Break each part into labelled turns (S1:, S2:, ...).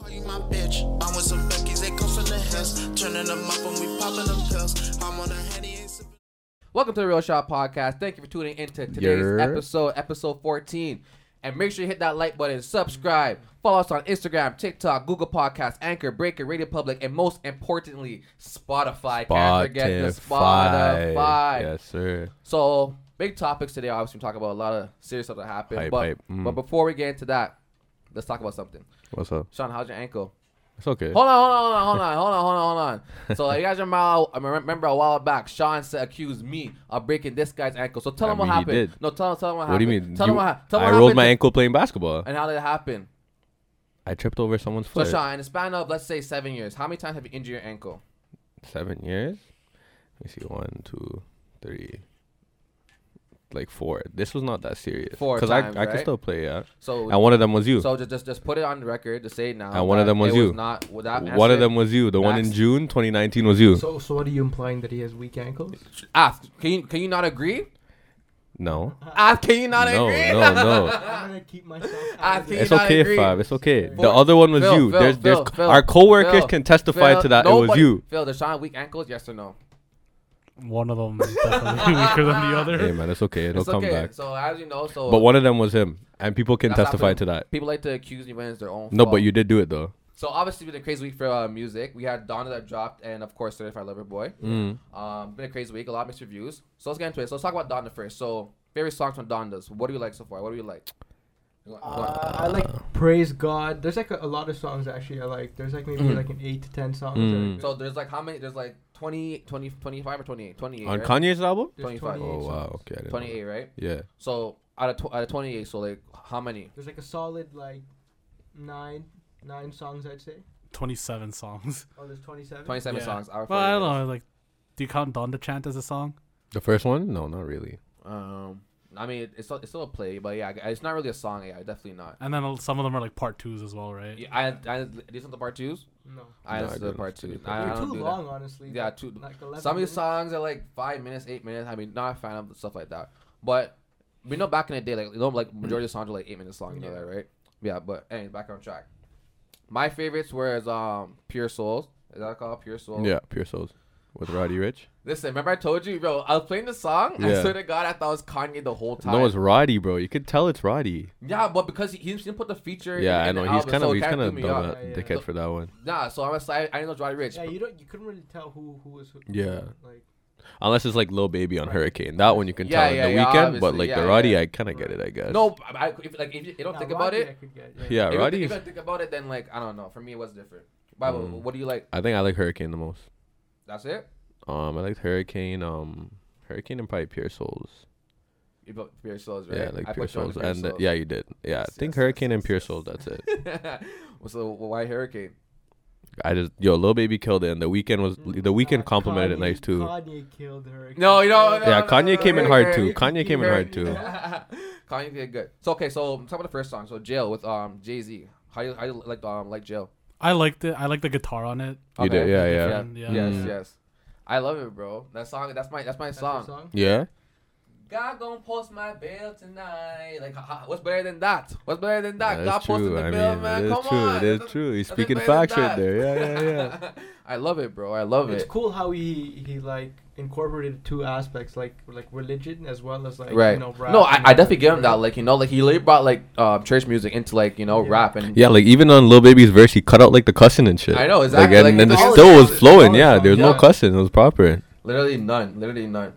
S1: my bitch. I'm with some Becky's, they come from the hills. Turning them up when we popping them pills. I'm on a Henny, ain't sipping-
S2: Welcome to the Real Shot Podcast. Thank you for tuning into today's
S3: Yer.
S2: episode, episode 14. And make sure you hit that like button, subscribe, follow us on Instagram, TikTok, Google Podcasts, Anchor, Breaker, Radio Public, and most importantly, Spotify. Can't forget the
S3: Spotify.
S2: Spotify.
S3: Yes, sir.
S2: So, big topics today. Obviously, we talk about a lot of serious stuff that happened.
S3: Hype,
S2: but,
S3: hype. Mm.
S2: but before we get into that, let's talk about something.
S3: What's up?
S2: Sean, how's your ankle?
S3: It's okay.
S2: Hold on, hold on, hold on, hold on, hold on, hold on, hold on. So you guys remember, I remember a while back, Sean said, accused me of breaking this guy's ankle. So tell
S3: I
S2: him what
S3: mean, he
S2: happened.
S3: did.
S2: No, tell him, tell him what
S3: what do
S2: happened.
S3: you mean?
S2: Tell
S3: You-
S2: him what, ha- tell him
S3: I
S2: what
S3: rolled my
S2: happened
S3: ankle playing basketball.
S2: to- and how did it happen?
S3: I tripped over someone's
S2: So
S3: foot.
S2: Sean, in the span of let's say seven years, how many times have you injured your ankle?
S3: Seven years. Let me see. One, two, three. Like four. This was not that serious.
S2: Four
S3: I,
S2: times,
S3: I could
S2: right?
S3: still play. Yeah.
S2: So
S3: And one of them was you.
S2: so just, just just put it on the record to say now.
S3: And one of
S2: that
S3: them was
S2: it
S3: you.
S2: not without
S3: one of them was you. The one in
S2: That's-
S3: June 2019 was you.
S4: So, so what are you implying that he has weak ankles?
S2: Ask, can you can you not agree?
S3: No.
S2: Ask, can you not
S3: no,
S2: agree?
S3: no, no.
S4: I'm gonna keep myself.
S2: I
S4: of
S2: think-
S4: this.
S3: It's
S2: not
S3: Ah, okay,
S2: agree?
S3: Fab. It's okay. The
S2: Four.
S3: other one was
S2: Phil,
S3: you.
S2: Phil,
S3: there's, there's,
S2: Phil, Phil,
S3: our coworkers
S2: Phil,
S3: can testify
S2: Phil,
S3: to that. it was
S2: nobody-
S3: you.
S2: Phil, does Sean have weak ankles? Yes or no?
S5: One of them is definitely weaker than the other.
S3: Hey man, it's okay. It'll
S2: it's
S3: come
S2: okay.
S3: back.
S2: So as you know, so
S3: But one of them was him, and people can
S2: That's not
S3: testify
S2: Phil.
S3: to that.
S2: people like to accuse me when it's their own.
S3: No,
S2: fault.
S3: but you did do it though.
S2: So obviously, been a crazy week for uh, music. We had Donna that dropped, and of course, Certified Lover Boy.
S3: Mm.
S2: Um, been a crazy week. A lot of mixed reviews. So let's get into it. So let's talk about Donna first. So favorite songs from Donna's. What do you like so far? What do you like? You want- you want-
S4: Uh, I like praise God. There's like a, a lot of songs actually I like. There's like
S3: Mm-hmm.
S4: maybe like an eight to ten songs. that are
S3: Mm.
S4: good.
S2: so there's like how many? There's like 20, 20 25 or 28? 28,
S3: On
S2: right?
S3: Kanye's album?
S4: There's
S2: 25.
S4: 28
S3: Oh wow.
S4: songs.
S3: Okay. I didn't know
S2: 28, right?
S3: that. Yeah.
S2: So out of, tw- out of 28, so like how many?
S4: There's like a solid like nine nine songs I'd say.
S5: 27 songs.
S4: Oh, there's 27.
S2: 27
S5: Yeah.
S2: songs. Out of
S5: Well, I
S2: 48.
S5: don't know. Like, do you count Donda Chant as a song?
S3: The first one? No, not really.
S2: Um, I mean, it's still, it's still a play, but yeah, I- it's not really a song. Yeah, definitely not.
S5: And then some of them are like part twos as well, right?
S2: Yeah, I, I listen to part twos.
S4: No.
S2: I
S3: No, I
S2: listen to
S3: don't
S2: part
S3: listen to
S2: two.
S3: part
S2: I, I
S4: They're
S2: don't
S4: too
S2: do
S4: long, honestly.
S2: Yeah, too-
S4: Like
S2: that.
S4: 11
S2: Some of these
S4: minutes.
S2: songs are like five minutes, eight minutes. I mean, not a fan of stuff like that. But we know back in the day, like you know, like majority of songs are like eight minutes long. You know
S4: Yeah.
S2: that, right? Yeah. But anyway, back on track. My favorites were is, um Pure Souls. Is that called Pure Souls?
S3: Yeah, Pure Souls with Roddy Rich.
S2: Listen, remember I told you, bro. I was playing the song. I
S3: Yeah.
S2: swear to God, I thought it was Kanye the whole time.
S3: No, it's Roddy, bro. You could tell it's Roddy.
S2: yeah, but because he, he didn't put the feature.
S3: Yeah,
S2: in,
S3: I
S2: in the
S3: know. He's
S2: album,
S3: kind
S2: so
S3: of
S2: it
S3: he's kind
S2: kinda
S3: of
S2: threw
S3: dumb
S2: me off.
S3: uh,
S4: Yeah, yeah.
S3: dickhead for that one.
S2: Nah, so I'm excited. I didn't know Roddy Rich.
S4: Yeah, you don't. You couldn't really tell who who was who.
S3: Yeah.
S4: Like
S3: Unless it's like Lil Baby on Hurricane. That one you can
S2: Yeah,
S3: tell
S2: yeah,
S3: in the
S2: yeah,
S3: weekend, but
S2: obviously.
S3: like
S2: Yeah,
S3: the Roddy,
S2: yeah.
S3: I kind of get it, I guess.
S2: No, I, I- if, like if you, you don't
S4: Nah,
S2: think about
S4: Roddy
S2: it,
S4: I could get,
S3: Yeah,
S2: if you
S3: Roddy.
S2: think-
S3: is-
S2: If I think about it, then like I don't know. For me, it was different. Bible,
S3: Mm.
S2: what do you like?
S3: I think I like Hurricane the most.
S2: That's it.
S3: Um, I liked Hurricane. Um, Hurricane and probably Pure Souls.
S2: You put Pure Souls, right?
S3: Yeah, like
S2: I
S3: Pure
S2: put you on
S3: Souls,
S2: to
S3: and uh, yeah, you did. Yeah,
S2: Yes,
S3: I think
S2: yes,
S3: Hurricane
S2: yes,
S3: and
S2: yes,
S3: Pure
S2: yes.
S3: Souls. That's it.
S2: Well, so why Hurricane?
S3: I just yo, Lil Baby killed it, and the weekend was the weekend complimented it nice too.
S4: Mm-hmm. Mm. Kanye killed her.
S2: No, you know.
S3: Yeah, Kanye came in hard too.
S2: Hurricane.
S3: Kanye came in hard too.
S2: Kanye did good. So okay, so talk about the first song. So Jail with um Jay Z. How you how you like um like Jail?
S5: I liked it. I like the guitar on it.
S3: You did, yeah, yeah.
S5: Different, yeah.
S2: Yes,
S3: Mm.
S2: yes. I love it, bro. That song. That's my that's my
S4: That's her
S2: song.
S4: song.
S3: Yeah,
S2: God gonna post my bill tonight. Like, ha- ha- what's better than that? What's better than that?
S3: Yeah,
S2: God
S3: that's
S2: posted
S3: true.
S2: the
S3: I
S2: bill,
S3: mean,
S2: man.
S3: it
S2: Come
S3: is true.
S2: on.
S3: It is
S2: Nothing-
S3: true. He's
S2: nothing
S3: speaking
S2: better than
S3: facts right
S2: that.
S3: there. Yeah, yeah, yeah.
S2: I love it, bro. I love
S4: It's
S2: it.
S4: cool how he he like incorporated two aspects, like like religion as well as like
S2: right.
S4: you know rap.
S2: no, I,
S4: and
S2: I definitely give
S4: everything,
S2: him that.
S4: right?
S2: Like, you know, like he literally brought like um, church music into like you know
S4: Yeah.
S2: rap and
S3: Yeah, like even on Lil Baby's verse, he cut out like the cussing and shit.
S2: I know, exactly,
S3: Like,
S2: like,
S3: and then
S2: it's
S3: it
S2: all-
S3: still was
S4: it's all-
S3: flowing.
S4: it's
S3: Yeah,
S4: all
S3: there was no
S2: songs.
S3: cussing. It was proper.
S2: literally none, literally none.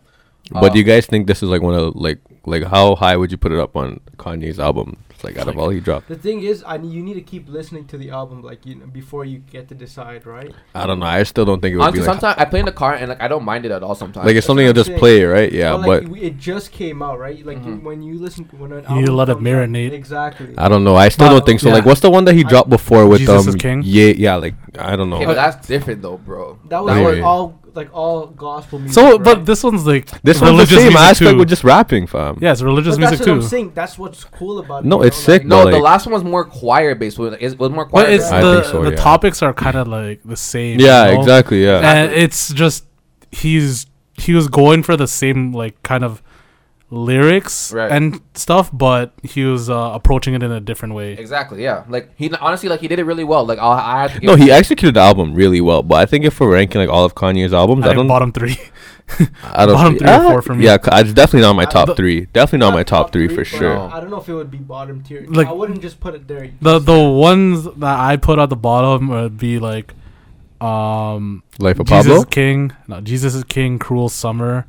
S3: But
S2: Um,
S3: do you guys think this is like one of like like how high would you put it up on Kanye's album? It's like out of all he dropped,
S4: The thing is, I you need to keep listening to the album, like you know, before you get to decide, right?
S3: I don't know. I still don't think it would
S2: honestly,
S3: be like
S2: sometimes I play in the car and like I don't mind it at all. Sometimes
S3: like it's something
S4: what
S3: you'll just
S4: I'm saying.
S3: play, right? Yeah,
S4: But, like,
S3: but
S4: we- it just came out, right? Like
S2: Mhm.
S4: when you listen, when an
S5: You need to
S4: album
S5: let it
S4: comes out-
S5: marinate.
S4: Exactly.
S3: I don't know. I still
S5: But-
S3: don't think so.
S5: yeah.
S3: Like, what's the one that he dropped before with
S5: Jesus
S3: um?
S5: is King?
S3: Yeah, yeah. Like, I don't know.
S2: Yeah, but that's different though, bro.
S4: that was
S3: Maybe.
S4: like all like all gospel music.
S5: So,
S4: right?
S5: but this one's like
S3: this one's the same
S5: music
S3: aspect
S5: too.
S3: with just rapping, fam.
S5: yeah, it's religious
S4: But that's
S5: music
S4: what
S5: too.
S4: I'm saying. That's what's cool about it.
S3: No,
S4: you
S3: it's
S4: know,
S3: sick.
S4: like-
S2: No, the
S3: But, like-
S2: last one was more choir based. Was it was more choir.
S5: But it's
S3: I
S5: the,
S3: think so,
S5: the
S3: yeah.
S5: topics are kind of like the same.
S3: Yeah,
S5: you know?
S3: exactly. Yeah.
S5: And it's just he's he was going for the same like kind of lyrics
S2: Right.
S5: and stuff, but he was uh, approaching it in a different way.
S2: Exactly. Yeah. Like he honestly, like he did it really well. Like I, I have to give
S3: No, he executed the album really well, but I think if we're ranking like all of Kanye's albums, I,
S5: I think
S3: don't,
S5: bottom three.
S3: I don't,
S5: bottom
S3: thi-
S5: three or four for me.
S3: Yeah, c- it's definitely not my
S4: Uh,
S3: top
S5: the-
S3: three. Definitely not my top three for
S4: but
S3: sure.
S4: I don't know if it would be bottom tier.
S5: Like-
S4: I wouldn't just put it there.
S5: The the ones that I put at the bottom would be like, um,
S3: Life of
S5: Jesus
S3: Pablo,
S5: is King, no, Jesus is King, Cruel Summer,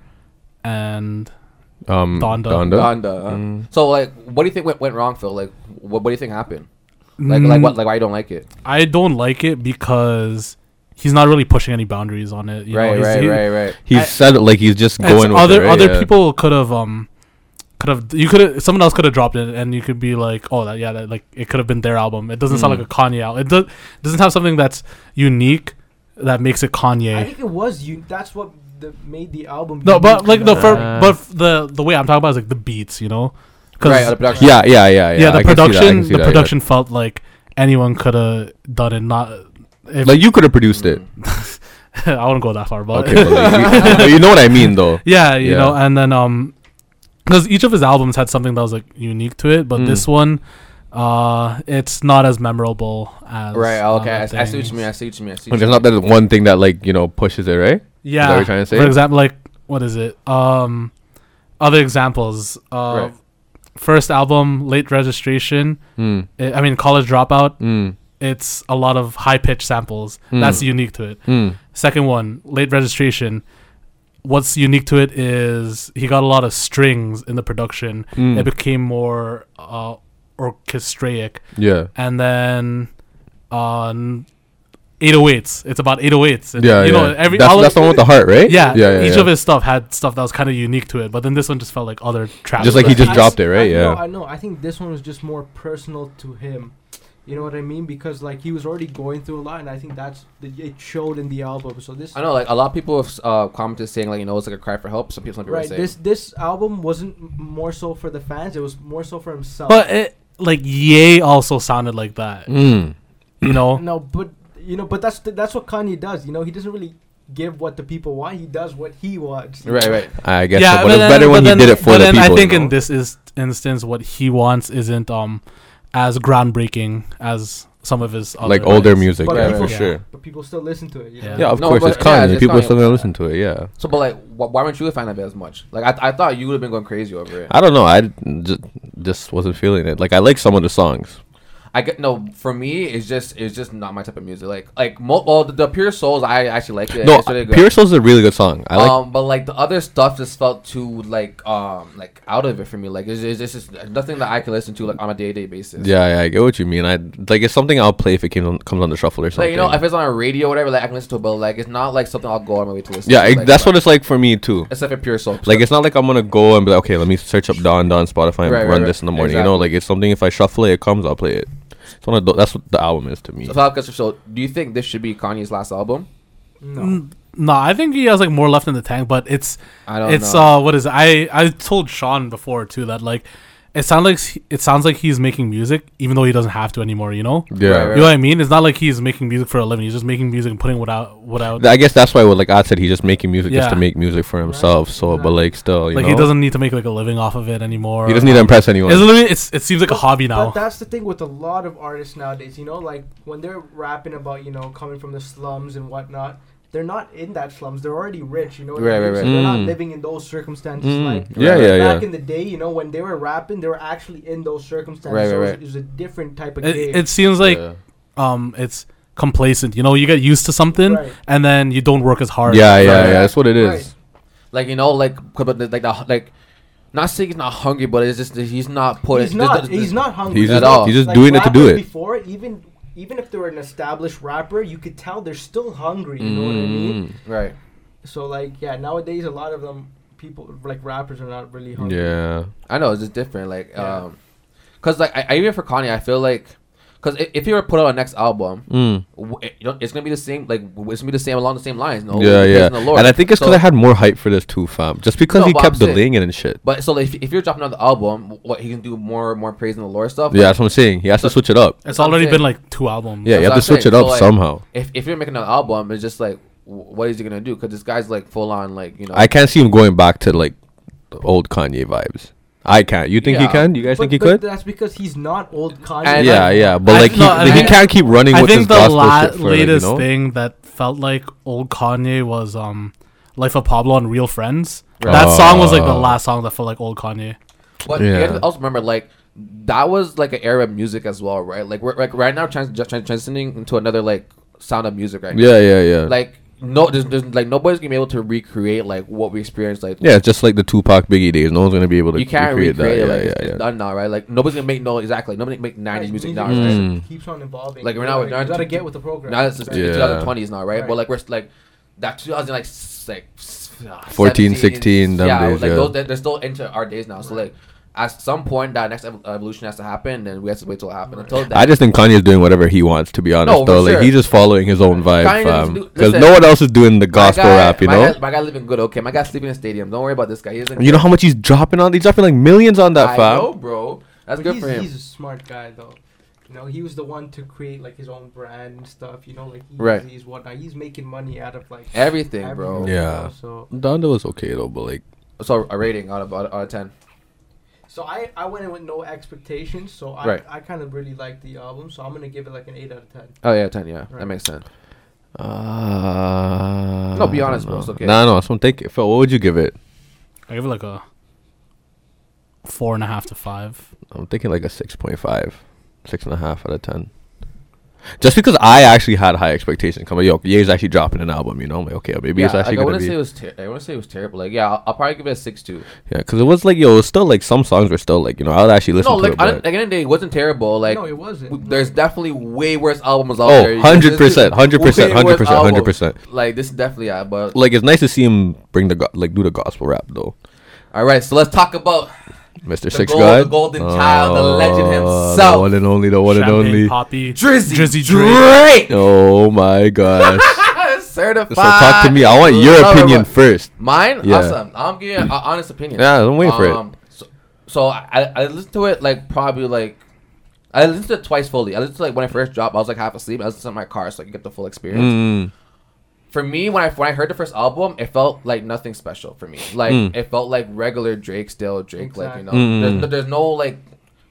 S5: and
S3: um,
S5: Donda.
S3: Donda.
S2: Donda. huh?
S3: Mm.
S2: So like, what do you think went, went wrong, Phil? Like, what, what do you think happened? Like,
S3: Mm.
S2: like what? Like why you don't like it?
S5: I don't like it because he's not really pushing any boundaries on it. You
S2: right,
S5: know? He's-
S2: right,
S5: he-
S2: right, right.
S3: He
S5: I-
S3: said it like he's just
S5: It's
S3: going with
S5: other
S3: it, right?
S5: other
S3: Yeah.
S5: people could have um could have you could have someone else could have dropped it and you could be like oh that yeah that, like it could have been their album it doesn't
S3: Hmm.
S5: sound like a Kanye album it does, doesn't have something that's unique that makes it
S4: I
S5: Kanye
S4: think it was you. That's what the, made the album.
S5: Eh. no but
S4: unique.
S5: like the
S4: Uh,
S5: fir-
S3: Uh.
S5: but f- the the way I'm talking about is like the beats you know 'Cause-
S2: Right. The production.
S3: Yeah, yeah, yeah, yeah.
S5: yeah, the
S3: I can see that, I
S5: production
S3: can see
S5: the
S3: that, yeah.
S5: production felt like anyone could have done it not if,
S3: Like you could have produced it.
S5: I wouldn't go that far but
S3: Okay, but like, you, but you know what I mean, though.
S5: Yeah, you
S3: Yeah.
S5: know, and then um, because each of his albums had something that was like unique to it, but
S3: Mm.
S5: this one, uh, it's not as memorable as
S2: Right.
S3: oh,
S2: oh, Okay. I,
S5: other
S2: I see what
S5: things.
S2: you mean. I see what you mean. I see
S3: And
S2: what
S3: there's
S2: you mean.
S3: not that one thing that like you know pushes it, right?
S5: Yeah.
S3: what you're trying to say?
S5: For example, like what is it? Um, other examples. Uh,
S2: Right.
S5: first album, late registration.
S3: Mm,
S5: i I mean, college dropout.
S3: mm,
S5: It's a lot of high pitched samples.
S3: Hmm.
S5: That's unique to it.
S3: mm.
S5: Second one, late registration. What's unique to it is he got a lot of strings in the production.
S3: Mm.
S5: It became more uh, orchestraic.
S3: Yeah,
S5: And then on 808s, it's about 808s. And,
S3: yeah,
S5: you
S3: yeah.
S5: know, every
S3: that's
S5: all
S3: that's
S5: of,
S3: the one with the heart, right?
S5: yeah,
S3: yeah,
S5: Each
S3: yeah.
S5: of his stuff had stuff that was kind of unique to it, but then this one just felt like other trap.
S3: Just like he
S5: tracks.
S3: just
S4: I
S3: dropped
S4: s-
S3: it, right?
S4: I
S3: Yeah.
S4: Know, I know. I think this one was just more personal to him. You know what I mean? Because like he was already going through a lot, and I think that's the, it showed in the album. So this
S2: I know. Like a lot of people have uh, commented saying like you know it's like a cry for help. Some people, some people
S4: right
S2: say
S4: this this album wasn't m- more so for the fans. It was more so for himself.
S5: But eh, it, like Ye also sounded like that,
S3: Mm.
S5: you know?
S4: no, but you know, but that's the, that's what Kanye does. You know, he doesn't really give what the people want. He does what he wants. you
S2: Right.
S4: know?
S2: Right.
S3: I guess, so, but,
S5: then-
S3: it's better when
S5: but
S3: he
S5: then-
S3: did it for
S5: but
S3: the
S5: then
S3: people.
S5: I think
S3: you
S5: in
S3: know?
S5: this is instance, what he wants isn't um as groundbreaking as some of his other
S3: like older
S5: bands.
S3: music,
S4: But
S3: yeah,
S4: people-
S3: for
S5: Yeah.
S3: sure.
S4: But people still listen to it. You know?
S5: Yeah.
S3: Yeah, of
S2: No,
S3: course,
S2: but-
S3: it's
S2: yeah,
S3: Kanye.
S2: it's
S3: people
S2: Kanye.
S3: are still gonna listen to it. Yeah,
S2: So, but like, wh- why weren't you a fan of it as much? Like, I, th- I thought you would have been going crazy over it.
S3: I don't know. I just, just wasn't feeling it. Like I like some of the songs.
S2: I get no. For me, it's just it's just not my type of music. Like like mo- well, the, the Pure Souls, I actually like it.
S3: no,
S2: It's really good.
S3: Pure Soul's a really good song. I like.
S2: um, but like the other stuff just felt too like um like out of it for me. Like it's, it's, it's just nothing that I can listen to like on a day to day basis.
S3: yeah, yeah, I get what you mean. I like it's something I'll play if it came on, comes on the shuffle or
S2: Like
S3: something.
S2: you know, if it's on a radio or whatever, like I can listen to it, but like it's not like something I'll go on my way to listen.
S3: yeah,
S2: to,
S3: it-
S2: like,
S3: that's
S2: but-
S3: what it's like for me too.
S2: Except for Pure Soul.
S3: Like it's not like I'm gonna go and be like, okay, let me search up Don Don Spotify and
S2: Right, right,
S3: run
S2: right.
S3: this in the morning. You know,
S2: Exactly.
S3: like it's something. If I shuffle it, it comes. I'll play it. It's one of tho- that's what the album is to me.
S2: So, Falcon, so do you think this should be Kanye's last album?
S4: No.
S5: Mm, No, I think he has like more left in the tank, but it's
S2: I don't
S5: it's
S2: know.
S5: uh what is it? I I told Sean before too that like it sounds like s- it sounds like he's making music even though he doesn't have to anymore. You know,
S3: Yeah,
S2: Right,
S5: you know what I mean? It's not like he's making music for a living. He's just making music and putting what out what out.
S3: Th- I guess that's why, what, like I said, he's just making music just to
S5: Yeah.
S3: make music for himself. So, but like still, you
S5: like
S3: know,
S5: he doesn't need to make like a living off of it anymore.
S3: he doesn't need to impress anyone.
S5: It's literally it's it seems like a hobby now.
S4: But that's the thing with a lot of artists nowadays, you know, like when they're rapping about, you know, coming from the slums and whatnot, they're not in that slums. They're already rich, you know. what I
S2: Right,
S4: mean?
S2: right,
S4: So
S2: right.
S4: They're not
S3: Mm.
S4: living in those circumstances.
S3: Mm.
S4: Like
S3: Yeah,
S4: like
S3: yeah,
S4: back
S3: yeah.
S4: in the day, you know, when they were rapping, they were actually in those circumstances.
S2: Right, right,
S4: so it was-
S2: right.
S4: It was a different type of
S5: it,
S4: game.
S5: it seems like
S3: yeah.
S5: um it's complacent. You know, you get used to something
S4: Right.
S5: and then you don't work as hard.
S3: yeah, yeah,
S2: Right,
S3: yeah,
S2: right.
S3: That's what it is.
S4: Right.
S2: Like you know, like 'cause but the- like the like, not saying he's not hungry, but it's just that he's not putting.
S4: he's not. he's not hungry
S3: He's
S2: At
S3: just,
S2: all.
S3: he's just
S4: Like,
S3: doing it to do
S4: rappers
S3: it.
S4: Before even even if they were an established rapper, you could tell they're still hungry. You know what I mean?
S3: Mm,
S2: right.
S4: So like yeah, nowadays a lot of them people like rappers are not really hungry.
S3: Mm. Yeah,
S2: I know it's just different. Like,
S4: Yeah.
S2: um, cause like I, I even for Kanye, I feel like, cause i- if he were to put out a next album,
S3: mm.
S2: w- Oh, it, you know, it's gonna be the same. Like w- it's gonna be the same along the same lines. No,
S3: yeah,
S2: Like,
S3: yeah.
S2: Praise the Lord.
S3: And I think it's because
S2: So-
S3: I had more hype for this too, fam. Just because
S2: No,
S3: he
S2: but
S3: kept
S2: I'm saying-
S3: delaying it and shit.
S2: But so like, if, if you're dropping another album, what he can do more more praise in the Lord stuff.
S3: Yeah,
S2: Like,
S3: that's what I'm saying. He has to switch it up.
S5: It's
S2: That's what I'm
S5: already
S2: saying.
S5: been like two albums.
S3: Yeah,
S2: That's
S3: you have
S2: what
S3: to
S2: I'm
S3: switch
S2: saying.
S3: it up
S2: So, like,
S3: somehow.
S2: if if you're making an album, it's just like, w- what is he gonna do? Cause this guy's like full on like you know.
S3: I can't see him going back to like the old Kanye vibes. I can't. You think he
S2: Yeah.
S3: can? You guys
S4: but,
S3: think he
S4: but
S3: could?
S4: That's because he's not old Kanye.
S2: And-
S3: yeah, yeah, but
S5: I-
S3: like he,
S5: no,
S3: like,
S5: I-
S3: he can't keep running
S5: I
S3: with his
S5: think the
S3: gospel
S5: la-
S3: shit for like, you
S5: latest
S3: know.
S5: thing that felt like old Kanye was um Life of Pablo and Real Friends.
S2: Right.
S5: That song was like the
S3: Oh.
S5: last song that felt like old Kanye.
S2: But you
S3: Yeah.
S2: gotta also remember, like that was like an era of music as well, right? Like we're like right now trans- just trans- transitioning into another like sound of music, right?
S3: Yeah, yeah, yeah.
S2: Now. Like no, there's, there's like nobody's gonna be able to recreate like what we experienced. Like
S3: yeah, just like the Tupac Biggie days. No one's gonna be able to
S2: you can't
S3: recreate
S2: recreate, it. Like
S3: that. yeah,
S2: it's,
S3: yeah,
S2: it's
S3: yeah.
S2: done now, right? Like nobody's gonna make no exactly. Nobody make '90s music now,
S4: just
S2: right?
S3: Mm.
S4: keeps on evolving.
S2: Like, we're
S4: You
S2: not-
S4: gotta-
S2: we're not
S4: you gotta
S2: too-
S4: get with the program.
S2: Now it's just
S4: right?
S3: Yeah.
S2: 2020s now, right?
S4: Right.
S2: But like we're s- like that 2000 like s- like s- ah,
S3: 14,
S2: 17,
S3: 16, them
S2: yeah,
S3: days,
S2: like
S3: yeah.
S2: those they're, they're still into our days now. So like at some point that next ev- evolution has to happen, and we have to wait till it happens. Until then,
S3: I just think Kanye's doing whatever he wants, to be honest.
S2: No, for
S3: though, like
S2: sure.
S3: he's just following his own
S2: Kanye
S3: vibe,
S2: doesn't do-
S3: because
S2: listen,
S3: no one else is doing the gospel
S2: my guy,
S3: rap. You
S2: my
S3: know,
S2: Guy, my guy living good. Okay, my guy sleeping in a stadium. Don't worry about this guy. He doesn't.
S3: you know how much he's dropping on. He's dropping like millions on that,
S2: I
S3: fam.
S2: know, bro. That's
S4: But
S2: good
S4: he's,
S2: for him.
S4: He's a smart guy though. You know, he was the one to create like his own brand and stuff. You know, like Yeezys,
S2: Right.
S4: whatnot. He's making money out of like
S2: Everything, bro.
S4: everything, you
S3: Yeah.
S4: know, So,
S3: Donda was okay though, but like
S2: So a rating out of out of, out of ten.
S4: so I I went in with no expectations. So I
S2: Right.
S4: I kind of really liked the album. So I'm gonna give it like an eight out of ten.
S2: Oh yeah, ten. Yeah, that
S4: Right.
S2: makes sense.
S3: Uh,
S2: No, be honest,
S3: no.
S2: bro, it's okay.
S3: Nah, no, that's what I'm thinking. Phil, what would you give it?
S5: I give it like a four and a half to five.
S3: I'm thinking like a 6.5, six and a half out of 10. Just because I actually had high expectations. Come on, yo, Ye's actually dropping an album, you know? I'm like, okay, maybe it's
S2: yeah,
S3: actually
S2: like, I
S3: going
S2: wouldn't
S3: to
S2: say
S3: be.
S2: it
S3: Yeah,
S2: was. Ter- I wouldn't say it was terrible. Like yeah, I'll, I'll probably give it a six two.
S3: 'cause it was like, yo, it was still like some songs were still like, you know, I would actually listen
S2: no,
S3: to
S2: like,
S3: it.
S2: I
S3: But,
S2: don't- like, at the end of the day, it wasn't terrible. Like,
S4: no, it wasn't.
S2: w- there's definitely way worse albums out
S3: Oh,
S2: there.
S3: 100%,
S2: There's just
S3: 100%,
S2: way worse
S3: 100%,
S2: albums.
S3: 100%.
S2: Like, this is definitely, yeah, but.
S3: like, it's nice to see him bring the, go- like, do the gospel rap, though.
S2: All right, so let's talk about.
S3: Mr.
S2: The
S3: Six
S2: gold-
S3: God.
S2: the golden child, the legend
S3: Oh,
S2: himself.
S3: The one and only, the one
S5: Champagne
S3: and only.
S5: Poppy.
S2: Drizzy.
S5: Drizzy
S2: Drake.
S3: Oh my gosh.
S2: Certified.
S3: so talk to me. I want your
S2: lover boy.
S3: opinion first.
S2: Mine?
S3: Yeah.
S2: Awesome. I'm giving an honest opinion. Um,
S3: Yeah, I'm waiting for it.
S2: So, so I, I listened to it, like, probably, like. I listened to it twice fully. I listened to like when I first dropped, I was like half asleep. I listened to it in my car so I could get the full experience.
S3: Mm.
S2: for me when I when I heard the first album, it felt like nothing special for me. Like
S3: Mm.
S2: it felt like regular Drake still Drake. Like you know,
S4: Exactly.
S3: Mm.
S2: there's, no- there's no like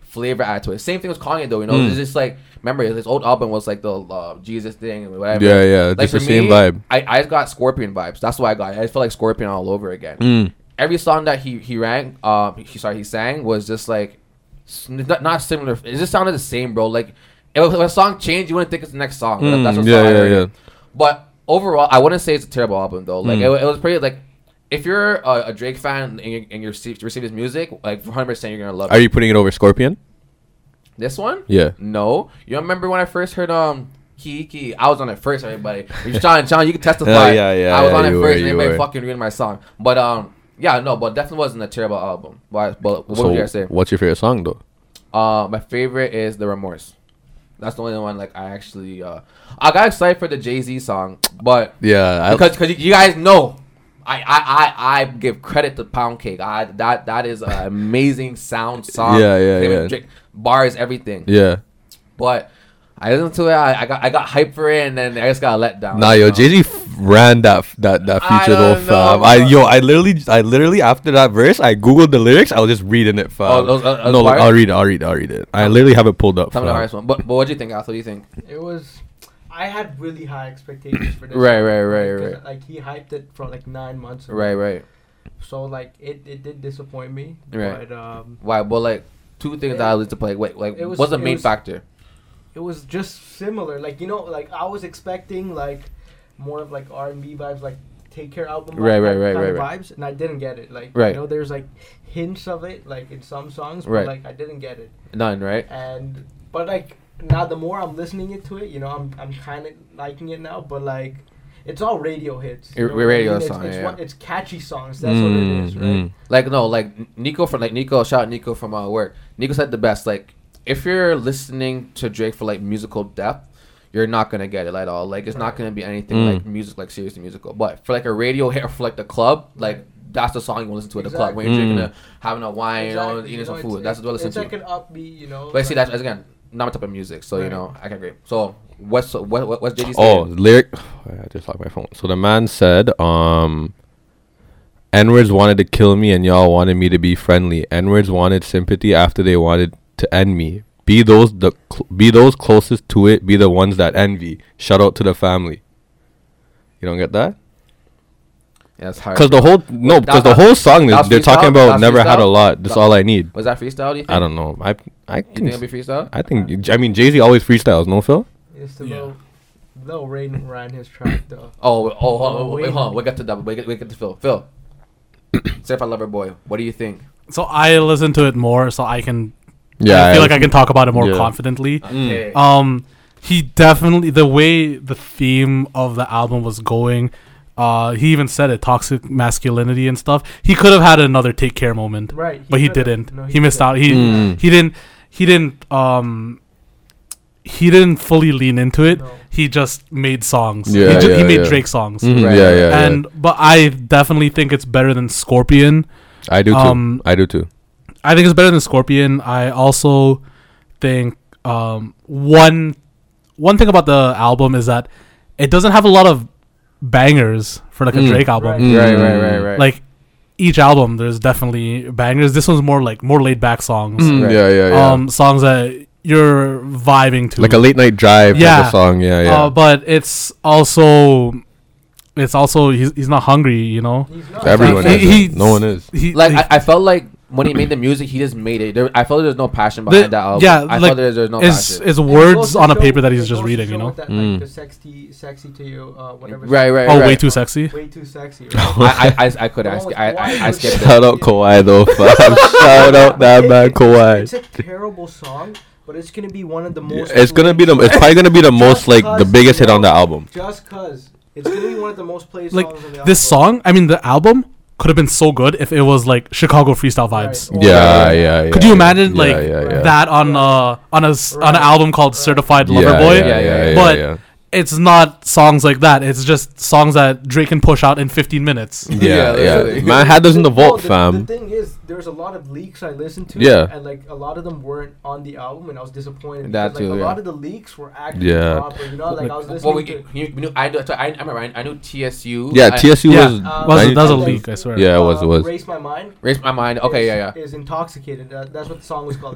S2: flavor added to it. Same thing with Kanye though. You know,
S3: Mm.
S2: it's just like remember his old album was like the uh, Jesus thing and whatever.
S3: Yeah, yeah.
S2: Like
S3: just the
S2: for
S3: same
S2: me,
S3: vibe.
S2: I, I got Scorpion vibes. That's what I got. I felt like Scorpion all over again.
S3: Mm.
S2: Every song that he he rang, um, he sorry he sang was just like s- not, not similar. It just sounded the same, bro. Like if a if a song changed, you wouldn't think it's the next song.
S3: Mm,
S2: That's what
S3: yeah,
S2: song I
S3: yeah,
S2: heard.
S3: yeah.
S2: But overall, I wouldn't say it's a terrible album though. Like
S3: Mm.
S2: it, it was pretty like. If you're a, a Drake fan and you, and you receive, receive his music, like 100 percent you're gonna love
S3: Are
S2: it.
S3: you putting it over Scorpion?
S2: this one?
S3: Yeah.
S2: No. You remember when I first heard um Kiki? I was on it first, everybody. Sean, Sean, you can testify.
S3: Oh, yeah, yeah,
S2: I was
S3: yeah,
S2: on it
S3: you
S2: first,
S3: were,
S2: and
S3: you
S2: everybody
S3: were.
S2: fucking ruined my song. But um, yeah, no, but definitely wasn't a terrible album. But, but what
S3: so
S2: would you guys say?
S3: what's your favorite song though?
S2: Uh, my favorite is the remorse. That's the only one like I actually uh I got excited for the Jay Z song, but
S3: Yeah, I,
S2: because because you- you guys know, I I, I, I give credit to Pound Cake. I that that is an amazing sound song.
S3: Yeah, yeah,
S2: Him and
S3: yeah.
S2: Drake, bars everything.
S3: yeah.
S2: But I listened to it. I, I got I got hyped for it, and then I just got let down.
S3: Nah, yo, Jay Z ran that f- that that
S2: Oh, I
S3: feature though,
S2: don't
S3: fam.
S2: know,
S3: I
S2: bro.
S3: yo, I literally, I literally after that verse, I googled the lyrics. I was just reading it, fam.
S2: Oh, those- uh, uh,
S3: no, look,
S2: bars?
S3: I'll read it. I'll read it. I'll read it. I literally have it pulled up.
S2: Tell me the
S3: fam.
S2: hardest one. But but what do you think, Ath? What do you think?
S4: It was. I had really high expectations for this.
S2: Right,
S4: album,
S2: right, right,
S4: because,
S2: right.
S4: Like he hyped it for like nine months. ago.
S2: Right, right.
S4: So like it, it did disappoint me.
S2: Right.
S4: But um,
S2: Why? But like two things that I listened to play. Wait, like
S4: It was-
S2: what's the
S4: it
S2: main
S4: was-
S2: factor?
S4: it was just similar. Like you know, like I was expecting like more of like R and B vibes, like Take Care album,
S2: Right,
S4: vibe-
S2: right,
S4: that
S2: right,
S4: kind of
S2: right, right.
S4: vibes, and I didn't get it. Like
S2: Right.
S4: you know, there's like hints of it, like in some songs, but
S2: Right.
S4: like I didn't get it.
S2: None, right?
S4: And but like now, the more I'm listening it to it, you know, I'm I'm kind of liking it now. But like, it's all radio hits. you
S2: Ir-
S4: know what I
S2: radio
S4: mean? It's-
S2: song,
S4: It's,
S2: yeah.
S4: what- it's catchy songs. That's what it is,
S3: Mm,
S4: right?
S3: mm.
S2: Like no, like Nico from like Nico, shout out Nico from uh, work. Nico said the best. Like if you're listening to Drake for like musical depth, you're not gonna get it at all. Like it's not
S4: Right.
S2: gonna be anything
S3: Mm.
S2: like music, like seriously musical. But for like a radio hit or for like the club, like that's the song you want to listen to at the club when you're
S3: Exactly.
S2: drinking, a, having a wine, you know,
S4: Exactly,
S2: eating
S4: you know,
S2: some
S4: it's-
S2: food. That's what I listen
S4: it's
S2: to.
S4: like an upbeat, you know.
S2: but see,
S4: like-
S2: that's again not my type of music, so you
S4: Right.
S2: know I can agree. So what's what what- what's JD saying?
S3: Oh, lyric. I just locked my phone. So the man said, um, N words wanted to kill me, and y'all wanted me to be friendly. N words wanted sympathy after they wanted to end me. Be those the cl- be those closest to it. Be the ones that envy. Shout out to the family. You don't get that?
S2: Yeah, that's hard.
S3: Because the whole no, because the
S2: that-
S3: whole song is
S2: that's
S3: they're talking
S2: freestyle?
S3: about
S2: That's
S3: never had a
S2: freestyle?
S3: lot. That's all I need.
S2: was that freestyle? Do you think?
S3: I don't know. I I
S2: You think
S3: think
S2: it'll be freestyle?
S3: I think I mean Jay Z always freestyles. No Phil.
S4: It's the
S5: Yeah.
S4: Lil, Lil Rain ran his track though.
S2: Oh, oh, hold on,
S4: Oh,
S2: wait,
S4: wait.
S2: hold on. We got to double. We get, we get to Phil. Phil, Certified Lover Boy. What do you think?
S5: So I listen to it more, so I can.
S3: Yeah,
S5: I feel like I can talk about it more
S3: yeah.
S5: confidently.
S2: Okay.
S5: Um, he definitely the way the theme of the album was going. Uh, he even said it, toxic masculinity and stuff. He could have had another take care moment,
S4: Right.
S5: but he
S4: could've-
S5: didn't.
S4: no,
S5: he, missed
S4: could've.
S5: out. He
S3: Mm.
S5: he didn't he didn't um he didn't fully lean into it.
S4: No.
S5: He just made songs.
S3: Yeah,
S5: he, ju- he
S3: yeah,
S5: made
S3: yeah.
S5: Drake songs.
S3: Mhm,
S2: Right.
S3: Yeah, yeah, yeah.
S5: and but I definitely think it's better than Scorpion.
S3: I do too.
S5: um,
S3: I do too.
S5: I think it's better than Scorpion. I also think um, one one thing about the album is that it doesn't have a lot of bangers for like a
S3: Mm.
S5: Drake album.
S4: Right.
S2: Right,
S3: Mm.
S2: right, right, right.
S5: Like each album, there's definitely bangers. This one's more like more laid back songs,
S3: Mm,
S2: Right.
S3: Yeah, yeah, yeah.
S5: um, songs that you're vibing to,
S3: like a late night drive type
S5: Yeah.
S3: of song. Yeah, yeah.
S5: Uh, but it's also it's also he's, he's not hungry, you know.
S4: He's not.
S3: Everyone
S5: he-
S3: is. it.
S5: he-
S3: no one is.
S5: He,
S2: like I, I felt like when he made the music, he just made it. There, I felt there's no passion
S5: the-
S2: behind that album.
S5: yeah,
S2: I
S5: like
S2: felt there's, there's no
S5: it's,
S2: passion.
S5: it's
S4: It goes
S5: words
S4: to
S5: on a
S4: show-
S5: paper that
S4: it
S5: he's just
S4: goes to
S5: reading, you
S4: show
S5: know.
S4: That, like,
S3: Mm.
S4: the sexy, sexy to you, uh, whatever.
S2: Right, right.
S5: Oh,
S2: right.
S5: way too sexy.
S4: Way too sexy.
S2: I, I, I, I could ask. I, I, I skipped it.
S3: Shout out Kawhi though. fam. Shout out that man
S4: It's
S3: Kawhi.
S4: a terrible song, but it's gonna be one of the most.
S3: It's gonna be the. It's probably gonna be the most like the biggest hit on the album.
S4: Just cause it's gonna be one of the most played
S5: Like,
S4: songs on the
S5: this
S4: album.
S5: song, I mean, the album could have been so good if it was like Chicago freestyle
S4: Right.
S5: vibes.
S4: Or-
S3: Yeah, yeah, yeah.
S5: Could you imagine
S3: yeah,
S5: like
S3: yeah, yeah.
S5: that on uh on a s on an
S4: Right.
S5: album called
S4: Right.
S5: Certified
S3: Yeah,
S5: Lover Boy?
S3: Yeah, yeah,
S2: Yeah, yeah,
S3: yeah,
S2: yeah.
S5: But-
S3: yeah.
S5: It's not songs like that. It's just songs that Drake can push out in 15 minutes.
S2: Yeah,
S3: Yeah, yeah.
S2: literally.
S3: Man had this in the
S4: No,
S3: vault,
S4: The
S3: fam.
S4: thing is, there's a lot of leaks I listened to.
S3: Yeah.
S4: And like a lot of them weren't on the album, and I was
S2: That
S4: disappointed. That because,
S2: too,
S4: Like, a
S2: yeah.
S4: lot of the leaks were actually
S3: Yeah.
S4: proper. You know, like I was listening
S2: Well, we,
S4: to. uh,
S2: you, you knew, I, know- I, I remember. I, I knew TSU.
S3: Yeah,
S2: I-
S3: TSU
S5: Yeah.
S3: was.
S4: Uh,
S3: I-
S5: Was- that was a
S4: and, like,
S5: leak, I swear.
S3: Yeah, it was, it was.
S4: Raise my mind.
S2: Raised my mind. Okay,
S4: is-
S2: yeah, yeah.
S4: Is intoxicated. That, that's what the song was called.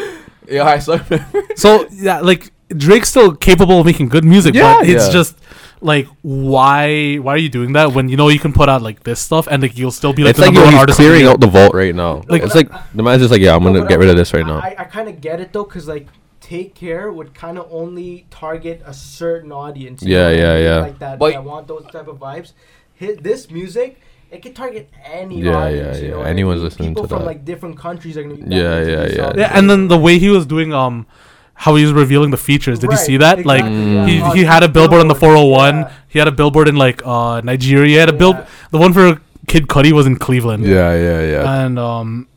S2: Oh, yeah. I still remember.
S5: So yeah, like Drake's still capable of making good music,
S3: Yeah,
S5: but it's
S3: yeah.
S5: just like why why are you doing that when you know you can put out like this stuff and like you'll still be like
S3: It's
S5: the
S3: like
S5: number
S3: yo,
S5: one
S3: he's
S5: artist. of the
S3: clearing
S5: year?
S3: out the vault right now.
S5: Like-
S3: It's like the man's just like, yeah, I'm
S4: No,
S3: gonna
S4: but
S3: get
S4: I-
S3: rid of this right now.
S4: I, I kind of get it though, cause like Take Care would kind of only target a certain audience. you
S3: Yeah,
S4: know,
S3: yeah, yeah.
S4: Like that.
S2: But-
S4: that want those type of vibes. Hit this music. It could target any
S3: Yeah,
S4: audience.
S3: yeah,
S4: you
S3: yeah.
S4: know what I
S3: Anyone's
S4: mean?
S3: listening
S4: People
S3: to
S4: from
S3: that.
S4: like different countries are gonna be.
S3: Yeah,
S4: back into
S3: yeah,
S4: these
S3: yeah.
S4: songs.
S5: Yeah, and then the way he was doing um how he was revealing the features. Did you
S4: Right,
S5: see that? Like
S4: exactly, yeah.
S5: he,
S4: On
S5: he had a billboard on the
S4: billboards,
S5: 401.
S4: yeah.
S5: He had a billboard in like uh Nigeria. He had a bill
S4: Yeah.
S5: the one for Kid Cudi was in Cleveland.
S3: Yeah, yeah, yeah.
S5: And um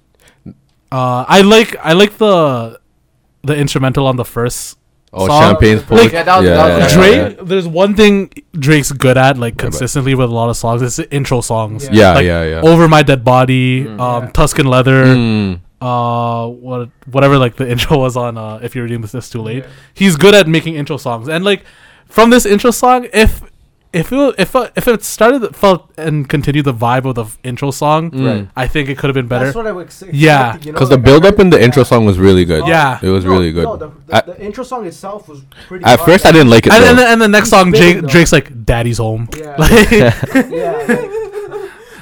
S5: uh I like I like the the instrumental on the first
S3: Oh,
S5: song.
S3: champagne's poured.
S5: Like,
S2: yeah, that was- that was-
S3: yeah,
S5: Drake,
S3: yeah.
S5: there's one thing Drake's good at, like consistently with a lot of songs. It's the intro songs.
S4: Yeah. Mm.
S3: Yeah,
S5: Like,
S3: yeah, yeah.
S5: Over my dead body, um,
S4: Yeah.
S5: Tuscan leather,
S3: Mm.
S5: uh, what whatever like the intro was on. Uh, if you're reading this, this too late.
S4: Yeah.
S5: He's good at making intro songs, and like from this intro song, if if it wa- if uh, if it started felt and continued the vibe of the f- intro song,
S3: Mm. Right.
S5: I think it could have been better.
S4: That's what I would say.
S5: Yeah,
S4: you know,
S3: Because the
S4: like, I
S3: build up
S4: heard-
S3: in the intro
S4: yeah.
S3: song was really good.
S5: Yeah.
S3: It was
S4: No,
S3: really good.
S4: No, the, the,
S3: At-
S4: the intro song itself was pretty.
S3: At
S4: hard,
S3: first, I
S4: like-
S3: didn't like it.
S5: And, and,
S3: though.
S5: then- and the next song,
S4: Spitting,
S5: Jake,
S4: though.
S5: Drake's like, "Daddy's home."
S4: Yeah.
S5: Like,
S4: Yeah, like,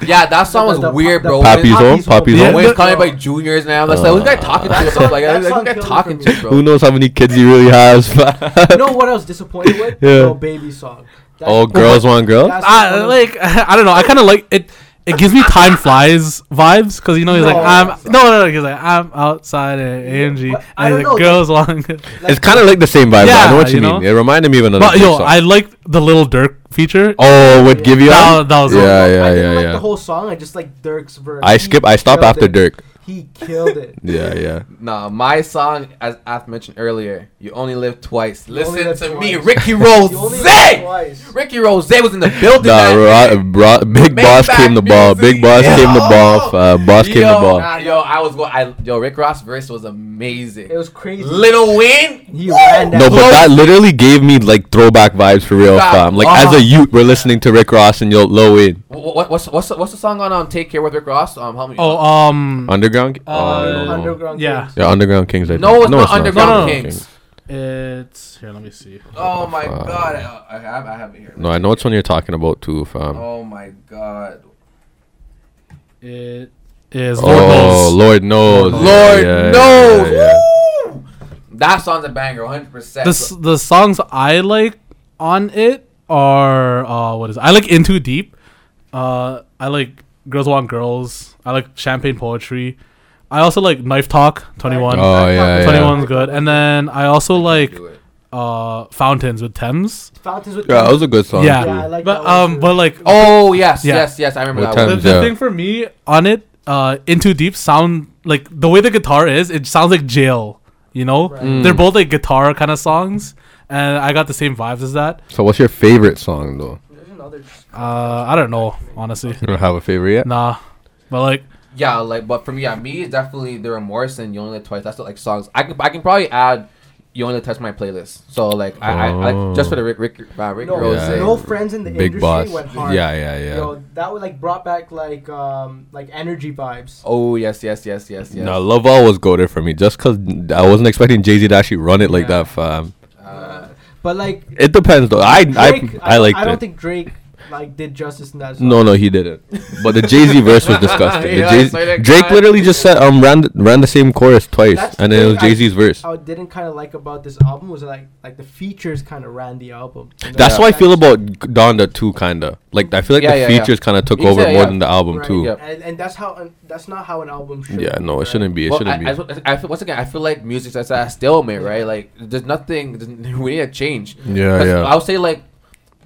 S2: Yeah, that song was
S4: The- the-
S2: weird,
S4: the-
S2: bro.
S4: Papi-
S3: Papi's home.
S4: Papi's home.
S3: Papi's
S5: Yeah. Oh.
S3: home.
S2: when it's
S4: Yeah.
S2: calling by juniors now, that's like, who's guy talking to?
S4: That
S2: Yourself? Like,
S4: song-
S2: like,
S4: that
S2: who's
S4: song
S2: guy
S4: killed
S2: talking
S4: me for
S2: to,
S4: me.
S3: Who
S2: bro?
S3: knows how many kids he really has?
S4: you know what I was disappointed with?
S3: Yeah.
S4: Oh, baby song. That-
S3: oh, girls want girls.
S4: That's one
S5: I
S4: of-
S5: like I don't know. I kind of like it. It gives me time flies vibes because you know he's like
S4: No,
S5: I'm
S4: that's
S5: no no no he's like I'm outside at AMG
S4: but I
S5: and
S4: don't
S5: he's
S4: know,
S5: like girls long.
S4: like,
S3: it's kind of like the same vibe. I
S5: Yeah,
S3: know what you,
S5: you
S3: mean.
S5: know?
S3: It reminded me of another
S5: But yo,
S3: song.
S5: I like the little Dirk feature.
S3: oh, would give you?
S5: that,
S3: up?
S5: was- that was
S3: Yeah,
S4: I
S3: yeah,
S4: didn't
S3: yeah,
S4: like
S3: yeah.
S4: the whole song. I just like Dirk's verse.
S3: I
S4: He
S3: skip. I stop
S4: killed
S3: after
S4: it.
S3: Dirk.
S4: He He killed it.
S3: Yeah, yeah.
S2: Nah, my song, as I've mentioned earlier, "You Only Live Twice."
S4: You Only
S2: Listen
S4: Live
S2: to me,
S4: Twice.
S2: Ricky
S4: You
S2: Oh,
S4: only lived
S2: Rose.
S4: twice.
S2: Ricky Rose was in the building. that
S3: Nah, Ro-
S2: night.
S3: Bro- Big
S2: Make
S3: Boss
S2: back
S3: came the ball. Big
S2: music.
S3: Boss came the
S2: Yo.
S3: ball.
S4: Oh.
S3: Uh, boss
S2: yo,
S3: came the ball.
S2: nah, yo, I was going. I yo, Rick Ross verse was amazing.
S4: It was crazy.
S2: Little Wayne.
S4: He ran down.
S3: No, but that literally gave me like throwback vibes for real,
S2: Stop.
S3: fam. Like as
S2: Uh-huh.
S3: a youth, we're listening to Rick Ross and Yo Low In
S2: What, what, what's what's the, what's the song on um, "Take Care" with Rick Ross? Um, help me.
S5: Oh, um,
S3: Underground.
S5: Uh,
S3: oh, I don't know.
S4: underground.
S5: Yeah.
S4: Kings.
S3: Yeah, Underground Kings. I think.
S2: no, it's not
S3: not.
S2: Underground
S5: No, no, no.
S2: Kings.
S5: it's here. Let me see.
S2: Oh my
S3: Fuck.
S2: god, I- I have I have it here.
S3: No, I know which one you're talking about too, fam.
S2: Oh
S3: Oh,
S2: my god.
S5: It
S3: Oh,
S5: is Lord
S3: Lord,
S5: knows.
S3: knows.
S2: Lord
S3: Yeah, yeah,
S2: knows.
S3: yeah, yeah.
S2: Woo! That song's a banger, 100%.
S5: The s- the songs I like on it are uh what is it? I like In Too Deep. Uh, I like Girls Want Girls. I like Champagne Poetry. I also like Knife Talk Twenty One.
S3: Oh, yeah, yeah.
S5: Twenty One's good. And then I also like
S2: Do it.
S5: uh Fountains with Thames.
S4: Fountains with
S3: Yeah, that was a good song.
S5: Yeah.
S3: too.
S4: Yeah, I like that
S5: But
S4: one
S5: um,
S4: too.
S5: but like
S2: Oh, yes,
S5: Yeah.
S2: yes, yes. I remember
S3: What
S2: that
S5: the,
S2: one.
S3: time-
S5: the
S3: Yeah.
S5: thing for me on it, uh, Into Deep sound like the way the guitar is, it sounds like jail. You know,
S4: Right.
S3: Hmm.
S2: Mm.
S5: they're both like guitar kind of songs, and I got the same vibes as that.
S3: So, what's your favorite song though?
S4: There's another just-
S5: Uh, I don't know, honestly,
S3: You don't have a favorite yet?
S5: nah. But like,
S2: Yeah, like, but for me, yeah, me, it's definitely The Remorse and You Only Live Twice. That's the, like songs. I can, I can probably add You Only Live Twice to my playlist. So, like, I, I, I
S3: Oh.
S2: just for the Rick, Rick, uh, Rick
S4: No,
S2: Rose.
S3: Yeah.
S4: no friends in the
S3: Big
S4: industry
S3: Boss.
S4: went
S3: Yeah,
S4: hard.
S3: yeah, yeah.
S4: Yo, that would like brought back like um like energy vibes.
S2: Oh, yes, yes, yes, yes, yes.
S3: No, Love Always goaded for me just because I wasn't expecting Jay Z to actually run it like
S4: Yeah.
S3: that, fam.
S2: Uh,
S4: But like
S3: It depends though. I
S4: Drake,
S3: I I liked
S4: I don't
S3: it.
S4: think Drake like did justice in that. Song.
S3: no, no, he didn't. But the Jay Z verse was disgusting. The
S2: Yeah,
S3: Jay-
S2: so did
S3: Drake
S2: God.
S3: literally just said um ran th- ran the same chorus twice,
S4: That's
S3: and
S4: the
S3: then it was
S4: thing
S3: Jay
S4: I-
S3: Z's verse.
S4: I didn't kind of like about this album was like like the features kind of ran the album. You know,
S3: That's
S4: like,
S3: what I feel about Donda too, kinda. Like I feel like
S2: Yeah,
S3: the
S2: yeah, yeah.
S3: features kinda took
S2: Yeah,
S3: over
S2: yeah.
S3: more than the album
S4: right,
S3: too.
S2: Yep.
S4: And, and that's how an, that's not how an album should.
S3: Yeah,
S4: be,
S3: no,
S4: right?
S3: it shouldn't be. It
S2: well, I,
S3: shouldn't be.
S2: I, I feel, once again, I feel like music's at a stalemate, right? Like, there's nothing, there's, we need a change.
S3: yeah, Oh, yeah.
S2: I would say like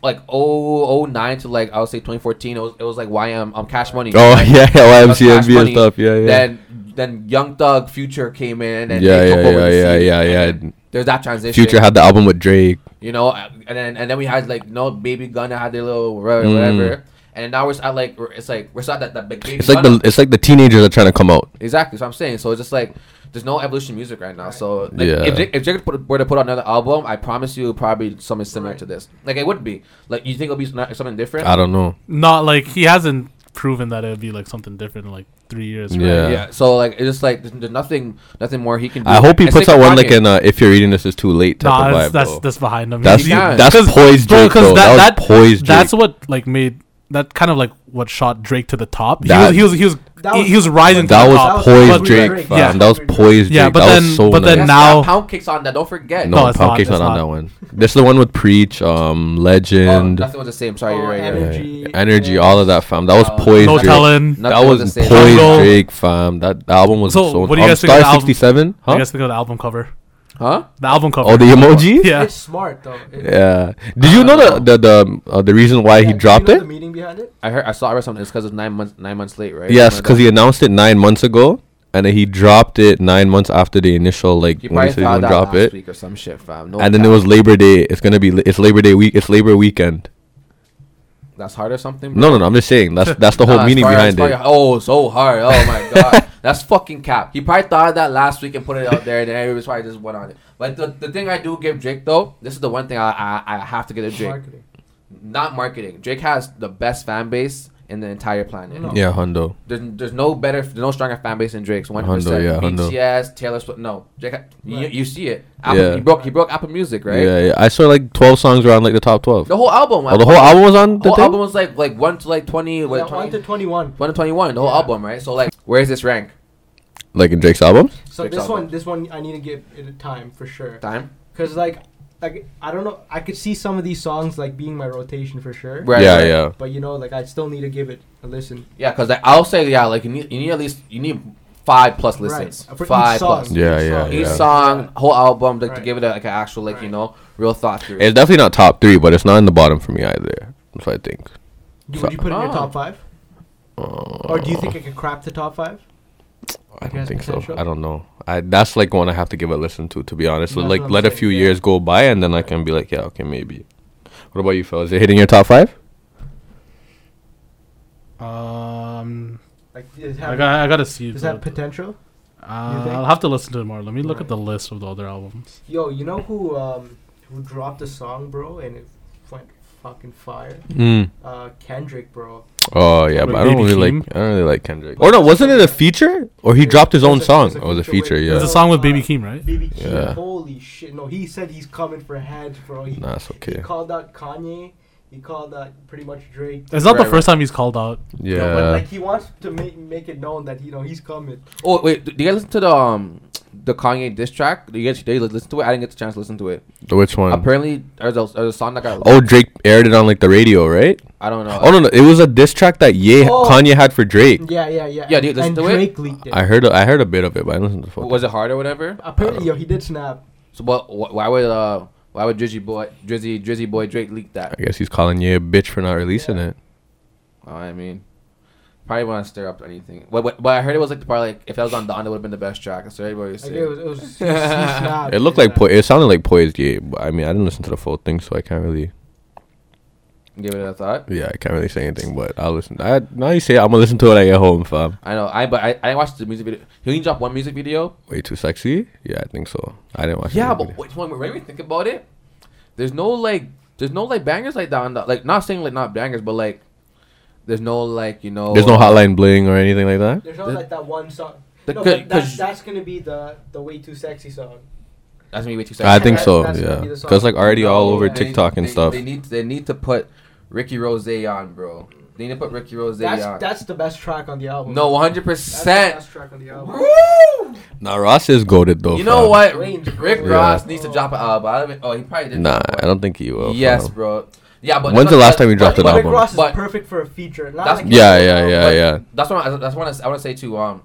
S2: like oh oh nine to like I would say 2014. It was, it was like YM um Cash Money.
S3: Oh
S2: Like,
S3: yeah,
S2: that was Cash
S3: YMCMB and
S2: Money.
S3: stuff. Yeah, yeah.
S2: Then then Young Thug Future came in and
S3: Yeah,
S2: they took
S3: yeah,
S2: over the
S3: yeah,
S2: scene.
S3: yeah, yeah,
S2: And
S3: yeah.
S2: There's that transition.
S3: Future had the album with Drake.
S2: you know, and then and then we had like no Baby Gunna had their little whatever.
S3: Mm.
S2: whatever. And now we're s- at like we're- it's like we're still at that, that big Baby
S3: It's like
S2: Gunna.
S3: the it's like the teenagers are trying to come out.
S2: Exactly, so I'm saying. So it's just like there's no evolution in music right now. So like,
S3: Yeah.
S2: if Jake, if Jake put- were to put out another album, I promise you probably something similar
S4: Right.
S2: to this. Like it would be. Like you think it'll be s- something different?
S3: I don't know.
S5: not like he hasn't proven that it would be like something different in like three years. Right?
S3: Yeah.
S2: yeah. So like it's just like there's, there's nothing nothing more he can do.
S3: I hope he
S2: It's
S3: puts
S2: like
S3: out one
S2: Kanye.
S3: like an uh, "If You're Reading This Is Too Late" type
S5: nah,
S3: of
S5: that's
S3: vibe.
S5: that's,
S3: though.
S5: that's behind him.
S3: That's
S5: He-
S2: Yeah.
S3: that's poised
S5: bro,
S3: Drake
S5: because
S3: though. That,
S5: that, that
S3: was poised Drake.
S5: that's what like made that kind of like what shot Drake to the top.
S3: That-
S5: he was he was he
S4: That
S5: was,
S4: was-
S5: he was rising.
S3: that
S5: to the
S3: was
S5: top.
S3: poised
S5: But-
S3: Drake,
S4: Drake,
S3: fam.
S5: yeah.
S3: That was poised
S5: Yeah,
S3: Drake.
S5: but
S3: that
S5: then-
S3: was so
S5: but
S3: nice.
S5: then
S2: Yes,
S5: now-
S2: yeah, pound cake's on that. Don't forget.
S3: no,
S5: No, it's
S3: Pound
S5: not,
S3: Cake's not,
S5: it's
S3: on
S5: not.
S3: that one. This is the one with Preach, um,
S2: oh,
S3: Legend,
S2: nothing was the same. Sorry, you're
S4: Oh,
S2: right. you're right.
S4: Eminem.
S3: energy,
S4: Energy.
S3: all of that, fam. That was
S2: Uh,
S3: poised
S5: No
S3: Drake.
S5: telling.
S2: No-
S3: That
S2: Nothing was
S3: was
S2: the same.
S3: poised
S5: Jungle.
S3: Drake, fam. That album was
S5: So,
S3: so.
S5: what do you
S3: um,
S5: guys think of the
S3: Star
S5: album?
S3: '67?
S5: I
S3: Huh?
S5: guess think of the album cover.
S2: Huh?
S5: The album cover.
S3: Oh, the emoji.
S5: yeah.
S4: It's smart though. It-
S3: Yeah. Did you know the the the, uh, the reason why
S4: yeah,
S3: he
S4: do you
S3: dropped
S4: know
S3: it?
S4: The meaning behind it.
S2: I heard. I saw. I read something. It's because it's nine months. Nine months late, right?
S3: Yes,
S2: Something
S3: because he
S2: like
S3: announced it nine months ago, and then he dropped it nine months after the initial like
S2: that. he
S3: when
S2: probably
S3: he said he was
S2: found
S3: gonna
S2: out
S3: drop
S2: last
S3: it.
S2: week or some shit, fam. No
S3: And then it
S2: cap.
S3: was Labor Day. It's gonna be it's Labor Day week. It's Labor Weekend.
S2: that's hard or something. bro?
S3: No, no, no. I'm just saying that's that's the
S2: Nah,
S3: whole
S2: it's
S3: meaning
S2: probably-
S3: behind
S2: it's probably-
S3: it.
S2: Oh, so hard. Oh my god, that's fucking cap. He probably thought of that last week and put it out there, and then everybody's probably just went on it. But the, the thing I do give Drake though, this is the one thing I I, I have to give to Drake.
S4: Marketing.
S2: Not marketing. Drake has the best fan base in the entire planet.
S4: No.
S3: Yeah, Hundo.
S2: There's, there's no better, there's no stronger fan base than Drake's. One hundred
S3: Hundo, yeah,
S2: percent.
S3: Hundo.
S2: BTS, Taylor Swift. No, Drake. ha- You,
S4: Right.
S2: you see it. Apple,
S3: Yeah.
S2: He broke. He broke Apple Music, right?
S3: Yeah, yeah. I saw like 12 songs around like the top 12.
S2: The whole album.
S3: oh, the whole album was on the
S2: whole
S3: thing?
S2: album was like like one to like twenty.
S4: Yeah,
S2: What,
S4: one
S2: 20
S4: to twenty-one.
S2: one to twenty one. The whole album, right? So like, where is this rank?
S3: Like in Drake's album?
S4: So
S2: Drake's
S4: this
S2: album.
S4: one, this one, I need to give it a time for sure.
S2: Time.
S4: Cause like, like I don't know, I could see some of these songs like being my rotation for sure.
S2: Right,
S3: yeah,
S2: right.
S3: yeah.
S4: But you know, like I still need to give it a listen.
S2: Yeah, because like, I'll say yeah, like you need you need at least you need five plus listens,
S4: Right. For each
S2: five
S4: song,
S2: plus.
S4: each
S3: Yeah,
S4: song.
S2: Each
S3: yeah.
S2: song, whole album, like to
S4: Right.
S2: give it a, like an actual like you
S4: Right.
S2: know real thought through.
S3: It's definitely not top three, but it's not in the bottom for me either. That's what I think.
S4: You- Would you put it in
S2: Oh.
S4: your top five?
S3: Uh,
S4: Or do you think it could crap the top five?
S3: I
S4: He
S3: don't
S4: has
S3: think so.
S4: potential?
S3: I don't know. I that's like one I have to give a listen to, to be honest. So
S4: That's
S3: like,
S4: what I'm
S3: let a
S4: saying,
S3: few
S4: yeah.
S3: years go by, and then I can be like, yeah, okay, maybe. What about you, Phil? Is it hitting your top five?
S5: Um,
S4: Like, is
S5: I
S4: that,
S5: got I gotta see.
S4: does
S5: the-
S4: that potential? You
S5: uh,
S4: think?
S5: I'll have to listen to it more. Let me look at
S4: Right.
S5: the list of the other albums.
S4: Yo, you know who um who dropped a song, bro, and it went fucking fire?
S3: Mm.
S4: Uh, Kendrick, bro.
S3: Oh yeah,
S5: With
S3: but I don't
S5: Baby
S3: really
S5: Keem?
S3: like. I don't really like Kendrick. Or no, wasn't it a feature? Or he
S4: It
S3: dropped his
S4: was
S3: own
S4: a- it
S3: song.
S4: was a
S3: Oh, it was a
S4: feature
S3: feature.
S4: with
S3: Yeah.
S5: It's a
S4: Lil
S5: song with
S4: Nas.
S5: Baby Keem, right?
S4: Baby Keem,
S3: Yeah.
S4: holy shit! No, he said he's coming for heads, bro. He,
S3: Nah, it's
S4: he
S3: okay.
S4: called out Kanye. He called out pretty much Drake.
S5: It's not
S2: Right,
S5: the
S2: right.
S5: first time he's called out.
S4: You know, but
S3: Yeah.
S4: like he wants to make make it known that you know he's coming.
S2: Oh wait, do do you guys listen to the um the Kanye diss track? Do you guys did you listen to it? I didn't get the chance to listen to it.
S3: Which one?
S2: Apparently, there's a, there's a song that got.
S3: Um, Oh, Drake aired it on like the radio, right?
S2: I don't know.
S3: Oh no, no, it was a diss track that Ye
S4: Oh.
S3: Kanye had for Drake.
S4: Yeah, yeah, yeah.
S2: Yeah, dude,
S4: and
S2: listen to it.
S4: Drake leaked it.
S3: I heard, a, I heard a bit of it, but I listened to the full.
S2: was it hard or whatever?
S4: Apparently, yo, he did snap.
S2: So, but wh- why would uh why would Drizzy boy Drizzy Drizzy boy Drake leak that?
S3: I guess he's calling Ye a bitch for not releasing it.
S2: I mean, probably want to stir up anything. But, but, but I heard it was like the part like if that was on Don, that would have been the best track. So everybody was
S4: Like,
S2: saying.
S4: it was, it was he, he snapped.
S3: It looked
S4: yeah.
S3: like po- it sounded like poised Ye, but I mean, I didn't listen to the full thing, so I can't really,
S2: Give it a thought.
S3: yeah, I can't really say anything. But I'll listen. I now you say it, I'm gonna listen to it at your home, fam.
S2: I know. I but I, I didn't watch the music video. He only dropped one music video.
S3: Way too sexy. Yeah, I think so. I didn't watch. the
S2: yeah,
S3: music
S2: but
S3: video.
S2: which one? When we think about it, there's no like there's no like bangers like that on the like not saying like not bangers, but like there's no like you know
S3: there's no hotline bling or anything like that.
S4: There's no
S2: The-
S4: like that one song.
S2: the
S4: no,
S2: c-
S4: but that,
S2: cause-
S4: that's gonna be the the way too sexy song.
S2: That's gonna be way too
S3: I think
S4: That-
S3: so.
S4: that's gonna
S3: Yeah,
S4: be the song.
S3: because like already all
S4: No,
S3: over
S4: yeah.
S2: They-
S3: TikTok and
S2: they-
S3: stuff.
S2: They need they need to put Ricky Rose on, bro. They need to put Ricky Rose
S4: That's
S2: on.
S4: that's the best track on the album.
S2: no, one hundred
S4: that's the
S2: percent.
S4: best track on the album.
S2: Woo!
S3: Nah, Ross is goaded though.
S2: You know
S3: fam.
S2: what?
S4: Range,
S2: Rick
S4: bro.
S2: Ross
S4: Yeah.
S2: needs to drop an album. I don't even, oh, he probably did.
S3: Nah,
S2: drop one.
S3: I don't think he will.
S2: Yes,
S3: fam.
S2: bro. Yeah, but
S3: When's the last time you
S2: but-
S3: dropped an
S2: but-
S4: But Rick
S3: album.
S4: Ross is
S2: But-
S4: perfect for a feature. Not
S2: That's-
S4: like
S3: Yeah, yeah, yeah,
S2: But
S3: yeah.
S2: That's what I, that's what I, I want to say too. Um,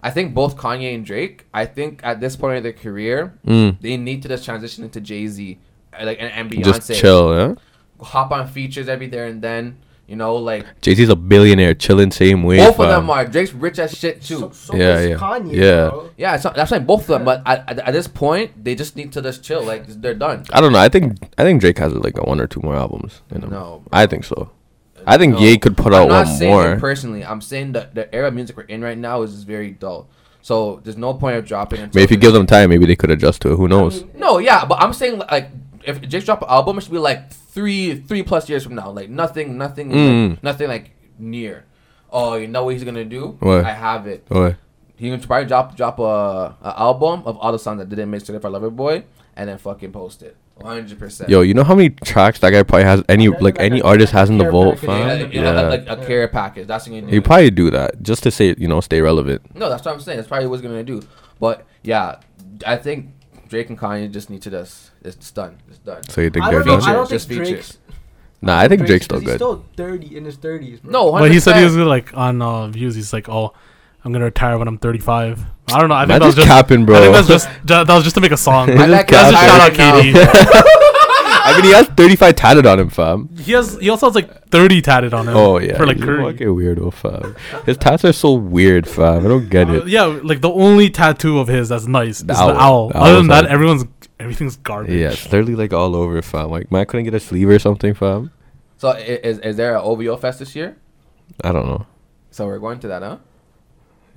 S2: I think both Kanye and Drake. I think at this point in their career,
S3: Mm.
S2: they need to just transition into Jay Z, like and, and Beyonce.
S3: Just chill, yeah.
S2: Hop on features every there and then. You know, like
S3: Jay Z's a billionaire, chilling same way.
S2: both of
S3: fam.
S2: them are. Drake's rich as shit too.
S4: So, so
S3: Yeah,
S4: yeah,
S3: yeah.
S4: Kanye,
S3: Yeah.
S4: Bro.
S2: yeah, so, that's like both of them. But at, at, at this point, they just need to just chill. Like they're done.
S3: I don't know. I think I think Drake has like a one or two more albums. You know?
S2: No,
S3: I think so. I think
S2: No.
S3: Ye could put out
S2: I'm not
S3: one
S2: saying it
S3: more.
S2: personally, I'm saying that the era of music we're in right now is just very dull. So there's no point of dropping. until
S3: Maybe if you
S2: the-
S3: give them time, maybe they could adjust to it. Who knows?
S2: No, yeah, but I'm saying like if Jake's drop an album, it should be like three three plus years from now. Like nothing, nothing,
S3: Mm.
S5: Mm-hmm.
S2: like, nothing like near. Oh, you know what he's gonna do?
S3: What?
S2: I have it.
S3: Or
S2: He can probably drop drop a, a album of all the songs that didn't make Certified Lover Boy, and then fucking post it. 100. percent
S3: yo, you know how many tracks that guy probably has? Any
S4: Like,
S3: like
S4: like
S3: any
S4: a-
S3: artist
S4: like a
S3: has in the
S4: care
S3: vault,
S4: package.
S2: Yeah,
S3: fam.
S2: like, you know,
S3: Yeah,
S2: like, like a care package. That's what you
S3: he
S2: do.
S3: probably do that just to say you know stay relevant.
S2: No, that's what I'm saying. That's probably what he's gonna do. But yeah, I think Drake and Kanye just need to just it's done. It's done.
S3: So you think
S4: I
S3: they're
S4: don't, know, I
S3: done?
S4: don't
S2: Just
S4: think
S2: features.
S4: Drake's.
S3: Nah, I think Drake's still
S4: 'cause He's
S3: good.
S4: still thirty in his thirties.
S2: No, 100%.
S5: But he said he was gonna, like on uh, views. He's like, oh, I'm gonna retire when I'm 35. I don't know. I think
S3: Man,
S5: that was
S3: just
S5: just.
S3: capping,
S5: I think
S3: bro.
S5: that's just that that was just to make a song.
S3: He's
S2: I
S5: That's
S3: just
S2: like that's
S5: a
S3: capping.
S5: shout out,
S2: Capping.
S5: Katie.
S3: I mean, he has 35 tatted on him, fam.
S5: He has. He also has like 30 tatted on him.
S3: Oh yeah,
S5: For like
S3: he's a
S5: Curry.
S3: fucking weirdo, fam. His tats are so weird, fam. I don't get
S5: Uh,
S3: it.
S5: yeah, like the only tattoo of his that's nice
S3: The
S5: is
S3: owl.
S5: the owl.
S3: The
S5: Other
S3: owl's
S5: than that,
S3: on-
S5: everyone's everything's garbage.
S3: Yeah, it's literally like all over, fam. Like, man, I couldn't get a sleeve or something, fam.
S2: So i- is is there an OVO fest this year?
S3: I don't know.
S2: So we're going to that, huh?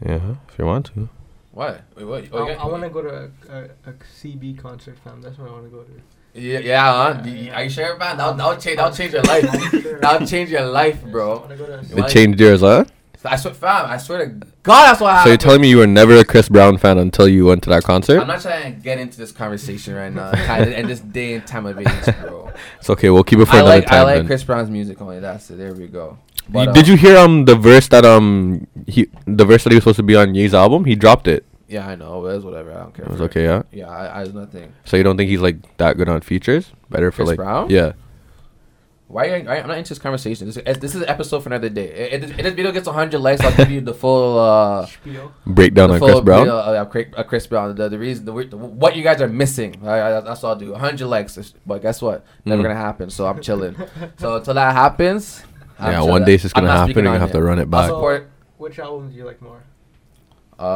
S3: Yeah, if you want to.
S2: What? Wait, what?
S4: I,
S2: Oh, you
S4: I
S2: got-
S4: want to go to a, a, a CB concert, fam. That's what I want to go to.
S2: Yeah, yeah. Huh? Do you- Are you sure, man? That'll, that'll change. That'll change your life. that'll change your life, bro.
S4: I wanna go to a
S3: They
S2: Why-
S3: changed yours, huh?
S2: I swear, fam. I swear to God, that's what
S3: So you're
S2: happened.
S3: telling me you were never a Chris Brown fan until you went to that concert?
S2: Ah, I'm not trying to get into this conversation right now, kinda, and this day and time of age, bro.
S3: It's okay. We'll keep it for
S2: I
S3: another
S2: like
S3: time.
S2: I like
S3: then.
S2: Chris Brown's music only. That's it. There we go.
S3: You-
S2: But,
S3: Did
S2: uh,
S3: you hear um the verse that um he the verse that he was supposed to be on Ye's album? He dropped it.
S2: Yeah, I know. It was whatever. I don't care.
S3: It was
S2: for
S3: okay, yeah.
S2: Yeah, I, I was nothing.
S3: So you don't think he's like that good on features? Better for
S2: Chris
S3: like
S2: Brown?
S3: yeah.
S2: Why? Are you, I, I'm not into this conversation. This, eh, this is an episode for another day. If, if this video gets 100 likes, I'll give you the full. Uh,
S4: spiel.
S3: Breakdown
S2: the
S3: on
S2: full
S3: Chris Brown.
S2: video of, uh, Chris, uh, Chris Brown. The, the reason, the, re- the, what you guys are missing. I, I, that's all I'll do. 100 likes, is- but guess what? Never
S3: Mm.
S2: gonna happen. So I'm chilling. so until that happens. I'm
S3: yeah,
S2: chilling.
S3: one day it's just
S2: I'm
S3: gonna
S2: not
S3: happen
S2: speaking
S3: and you
S2: on
S3: have
S2: it.
S3: to run it
S2: I'll
S3: back.
S2: support
S4: Which album do you like more?
S2: Uh,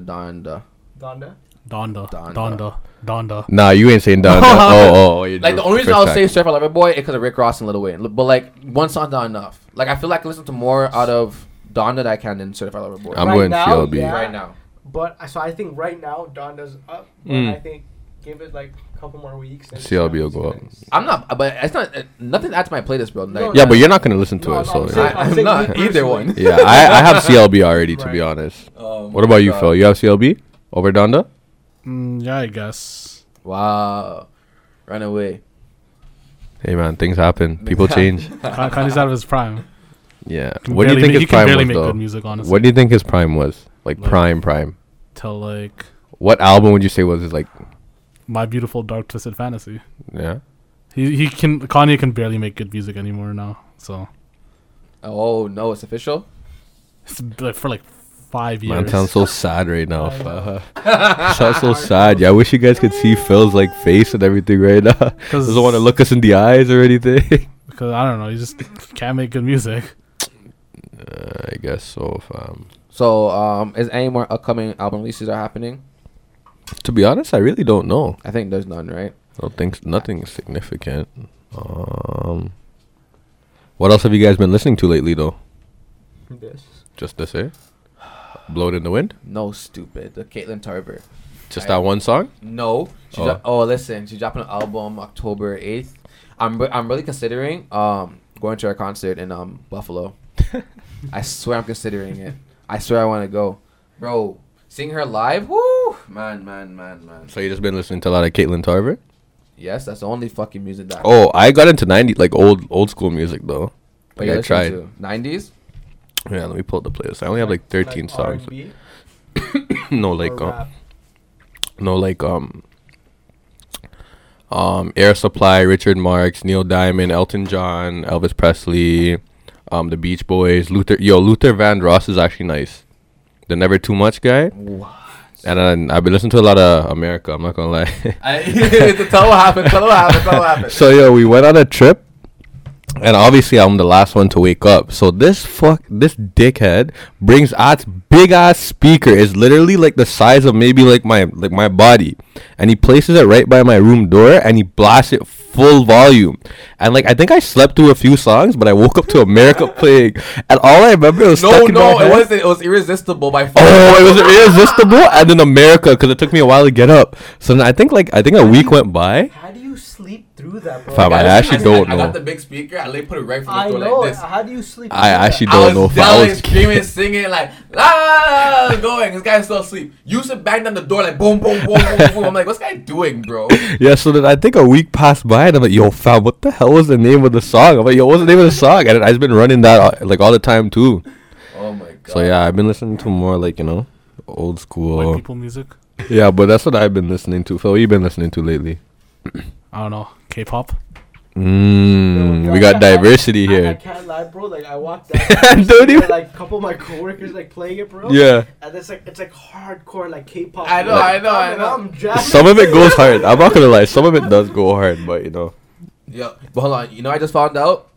S2: Donda.
S4: Donda.
S5: Donda.
S2: Donda.
S5: Donda. Donda.
S3: Nah, you ain't saying Donda. oh, oh, oh, you
S2: Like the
S3: just-
S2: only reason
S3: first
S2: I'll
S3: time.
S2: say Surf I Love It Boy is because of Rick Ross and Lil Wayne. L- But like one song's not enough. Like I feel like I can listen to more out of Donda than I can than Surf I Love It Boy.
S3: I'm
S4: Right
S3: going
S4: now,
S3: CLB.
S4: yeah.
S2: right now.
S4: But I- so I think right now Donda's up. But
S3: Mm.
S4: I think give it like a couple more weeks. and
S3: CLB will
S4: it's
S3: go
S4: gonna-
S2: I'm not, but it's not uh, nothing adds to my playlist, bro. Like,
S3: Yeah, but you're not gonna listen to
S4: No,
S3: it,
S4: no,
S3: so
S4: I'm
S3: yeah.
S4: saying-
S2: I, am not
S4: me
S2: either
S4: personally.
S2: one.
S3: yeah, I, I have CLB already, to be
S4: Right.
S3: honest.
S2: Um,
S3: What about you, Phil? You have CLB over Donda?
S5: Mm, yeah, I guess.
S2: Wow, run away.
S3: Hey man, things happen. People change.
S5: Ka- Kanye's out of his prime.
S3: Yeah.
S5: Can
S3: What do you think
S5: barely ma-
S3: his
S5: he can
S3: prime
S5: barely
S3: was
S5: make
S3: though?
S5: good music, honestly.
S3: What do you think his prime was? Like
S5: Like-
S3: prime, prime.
S5: Till like
S3: What album would you say was his like?
S5: My Beautiful Dark Twisted Fantasy.
S3: Yeah.
S5: He he can Kanye can barely make good music anymore now. So
S2: Oh no, it's official.
S5: it's like for like five years.
S3: Man sounds so sad right now.
S4: I
S3: fuck. sounds so sad. Yeah, I wish you guys could see Phil's like face and everything right now. Doesn't want to look us in the eyes or anything.
S5: because I don't know. He just can't make good music.
S3: Uh, I guess so. Fam.
S2: So, um, is any more upcoming album releases are happening?
S3: To be honest, I really don't know.
S2: I think there's none, right?
S3: I don't think s- nothing significant. Um, what else have you guys been listening to lately, though?
S4: This.
S3: Just this here, "Blowed in the Wind."
S2: No, stupid. The Caitlyn Tarver.
S3: Just
S2: I-
S3: that one song.
S2: No. She
S3: Oh.
S2: oh. oh, listen, she's dropping an album October eighth. I'm re- I'm really considering um going to her concert in um Buffalo. I swear I'm considering it. I swear I want to go, bro. Seeing her live, woo, man, man, man, man.
S3: So you just been listening to a lot of Caitlyn Tarver.
S2: Yes, that's the only fucking music that.
S3: Oh, I got into ninety like old old school music though.
S2: but
S3: Like I tried.
S2: Nineties.
S3: Yeah, let me pull up the playlist. I only have like thirteen songs.
S4: R&B
S3: no,
S4: or
S3: like um,
S4: rap?
S3: no, like um, um, Air Supply, Richard Marx, Neil Diamond, Elton John, Elvis Presley, um, the Beach Boys, Luther. Yo, Luther Vandross is actually nice. The Never Too Much guy. And then I've been listening to a lot of America. I'm not gonna lie.
S2: I, tell what happened. Tell what happened. Tell what happened.
S3: so yo, we went on a trip, and obviously I'm the last one to wake up. So this fuck, this dickhead brings out big ass speaker. It's literally like the size of maybe like my like my body, and he places it right by my room door, and he blasts it full volume. And like I think I slept through a few songs, but I woke up to America playing, and all I remember was
S2: No,
S3: stuck in
S2: no,
S3: my
S2: it
S3: head.
S2: wasn't. It was irresistible by far.
S3: Oh, it was irresistible, and then America, because it took me a while to get up. So then I think like I think a week went by.
S4: How do you sleep through that, bro?
S3: Fam, I
S2: Guys,
S3: actually
S2: I,
S3: don't
S2: I
S3: know.
S2: got the big speaker. I literally put it right
S4: I
S2: from the door
S4: know.
S2: like this.
S4: How do you sleep?
S3: I
S4: through that?
S3: actually
S2: I
S3: don't know
S2: was
S3: if I
S2: yelling,
S3: was
S2: screaming, singing, like, ah, going. This guy's still asleep. You used to bang down the door, like, boom, boom, boom, boom, boom. I'm like, what's this guy doing, bro?
S3: Yeah, so then I think a week passed by, and I'm like, "Yo, fam, what the hell was the name of the song?" I'm like, "Yo, what's the name of the song?" And I've been running that uh, like all the time too.
S2: Oh my god.
S3: So yeah, I've been listening to more like you know, old
S5: White
S3: school.
S5: people music.
S3: Yeah, but that's what I've been listening to. Phil, what you been listening to lately?
S5: I don't know. K-pop.
S3: Mm,
S4: Yo,
S3: we
S4: yo,
S3: got
S4: I-
S3: diversity
S4: I- I
S3: here.
S4: can't lie, bro. Like I walked out,
S3: Don't even-
S4: like a couple of my coworkers like playing it, bro.
S3: Yeah,
S4: And it's like it's like hardcore, like K-pop.
S2: I know,
S4: Like,
S2: I know, I
S4: I'm-
S2: know.
S4: I'm jamming.
S3: some of it goes hard. I'm not gonna lie, some of it does go hard, but you know.
S2: Yeah, but hold on. You know, I just found out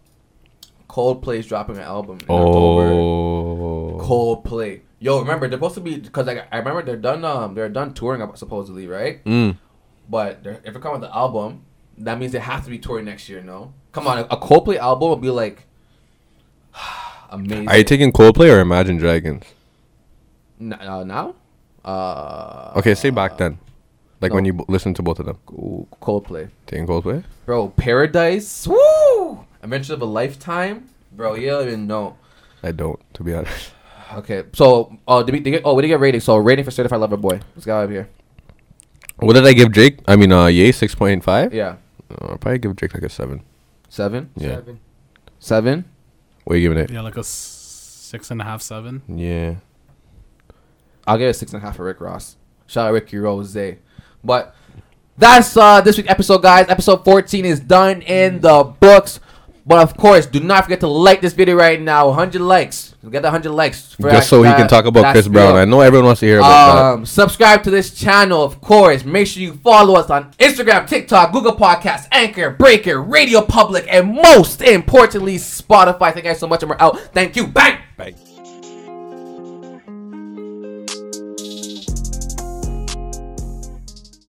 S2: Coldplay's dropping an album. In October.
S3: Oh,
S2: Coldplay. Yo, remember they're supposed to be because like I remember they're done. Um, they're done touring up- supposedly, right?
S3: mm.
S2: But they're- if they come out with the album, that means they have to be touring next year. No, come on, a, a Coldplay album would be like amazing.
S3: Are you taking Coldplay or Imagine Dragons?
S2: N- uh, now? Uh,
S3: Okay, say back then, like when
S2: no.
S3: you b- listen to both of them.
S2: Ooh, Coldplay.
S3: Taking Coldplay.
S2: Bro, Paradise. Woo! Adventure of a Lifetime. Bro, you don't even know.
S3: I don't, to be honest.
S2: Okay, so oh, did we, did we- oh, we didn't get rating. So rating for Certified Lover Boy. Let's go up here.
S3: What did I give Drake? I mean, uh, Ye six point five.
S2: Yeah,
S3: Uh, I'll probably give Drake like a seven.
S2: seven,
S3: Yeah.
S4: Seven.
S2: seven.
S3: What are you giving it?
S5: Yeah, like a s- six and a half, seven.
S3: Yeah.
S2: I'll give it six and a half for Rick Ross. Shout out Ricky Rose. But that's uh this week's episode, guys. Episode 14 is done in the books. But of course, do not forget to like this video right now. 100 likes. Get the 100 likes. for
S3: Just so he
S2: that-
S3: can talk about
S2: that
S3: Chris Brown.
S2: video.
S3: I know everyone wants to hear about that.
S2: Um, subscribe to this channel, of course. Make sure you follow us on Instagram, TikTok, Google Podcasts, Anchor, Breaker, Radio Public, and most importantly, Spotify. Thank you guys so much, and we're out. Thank you. Bang!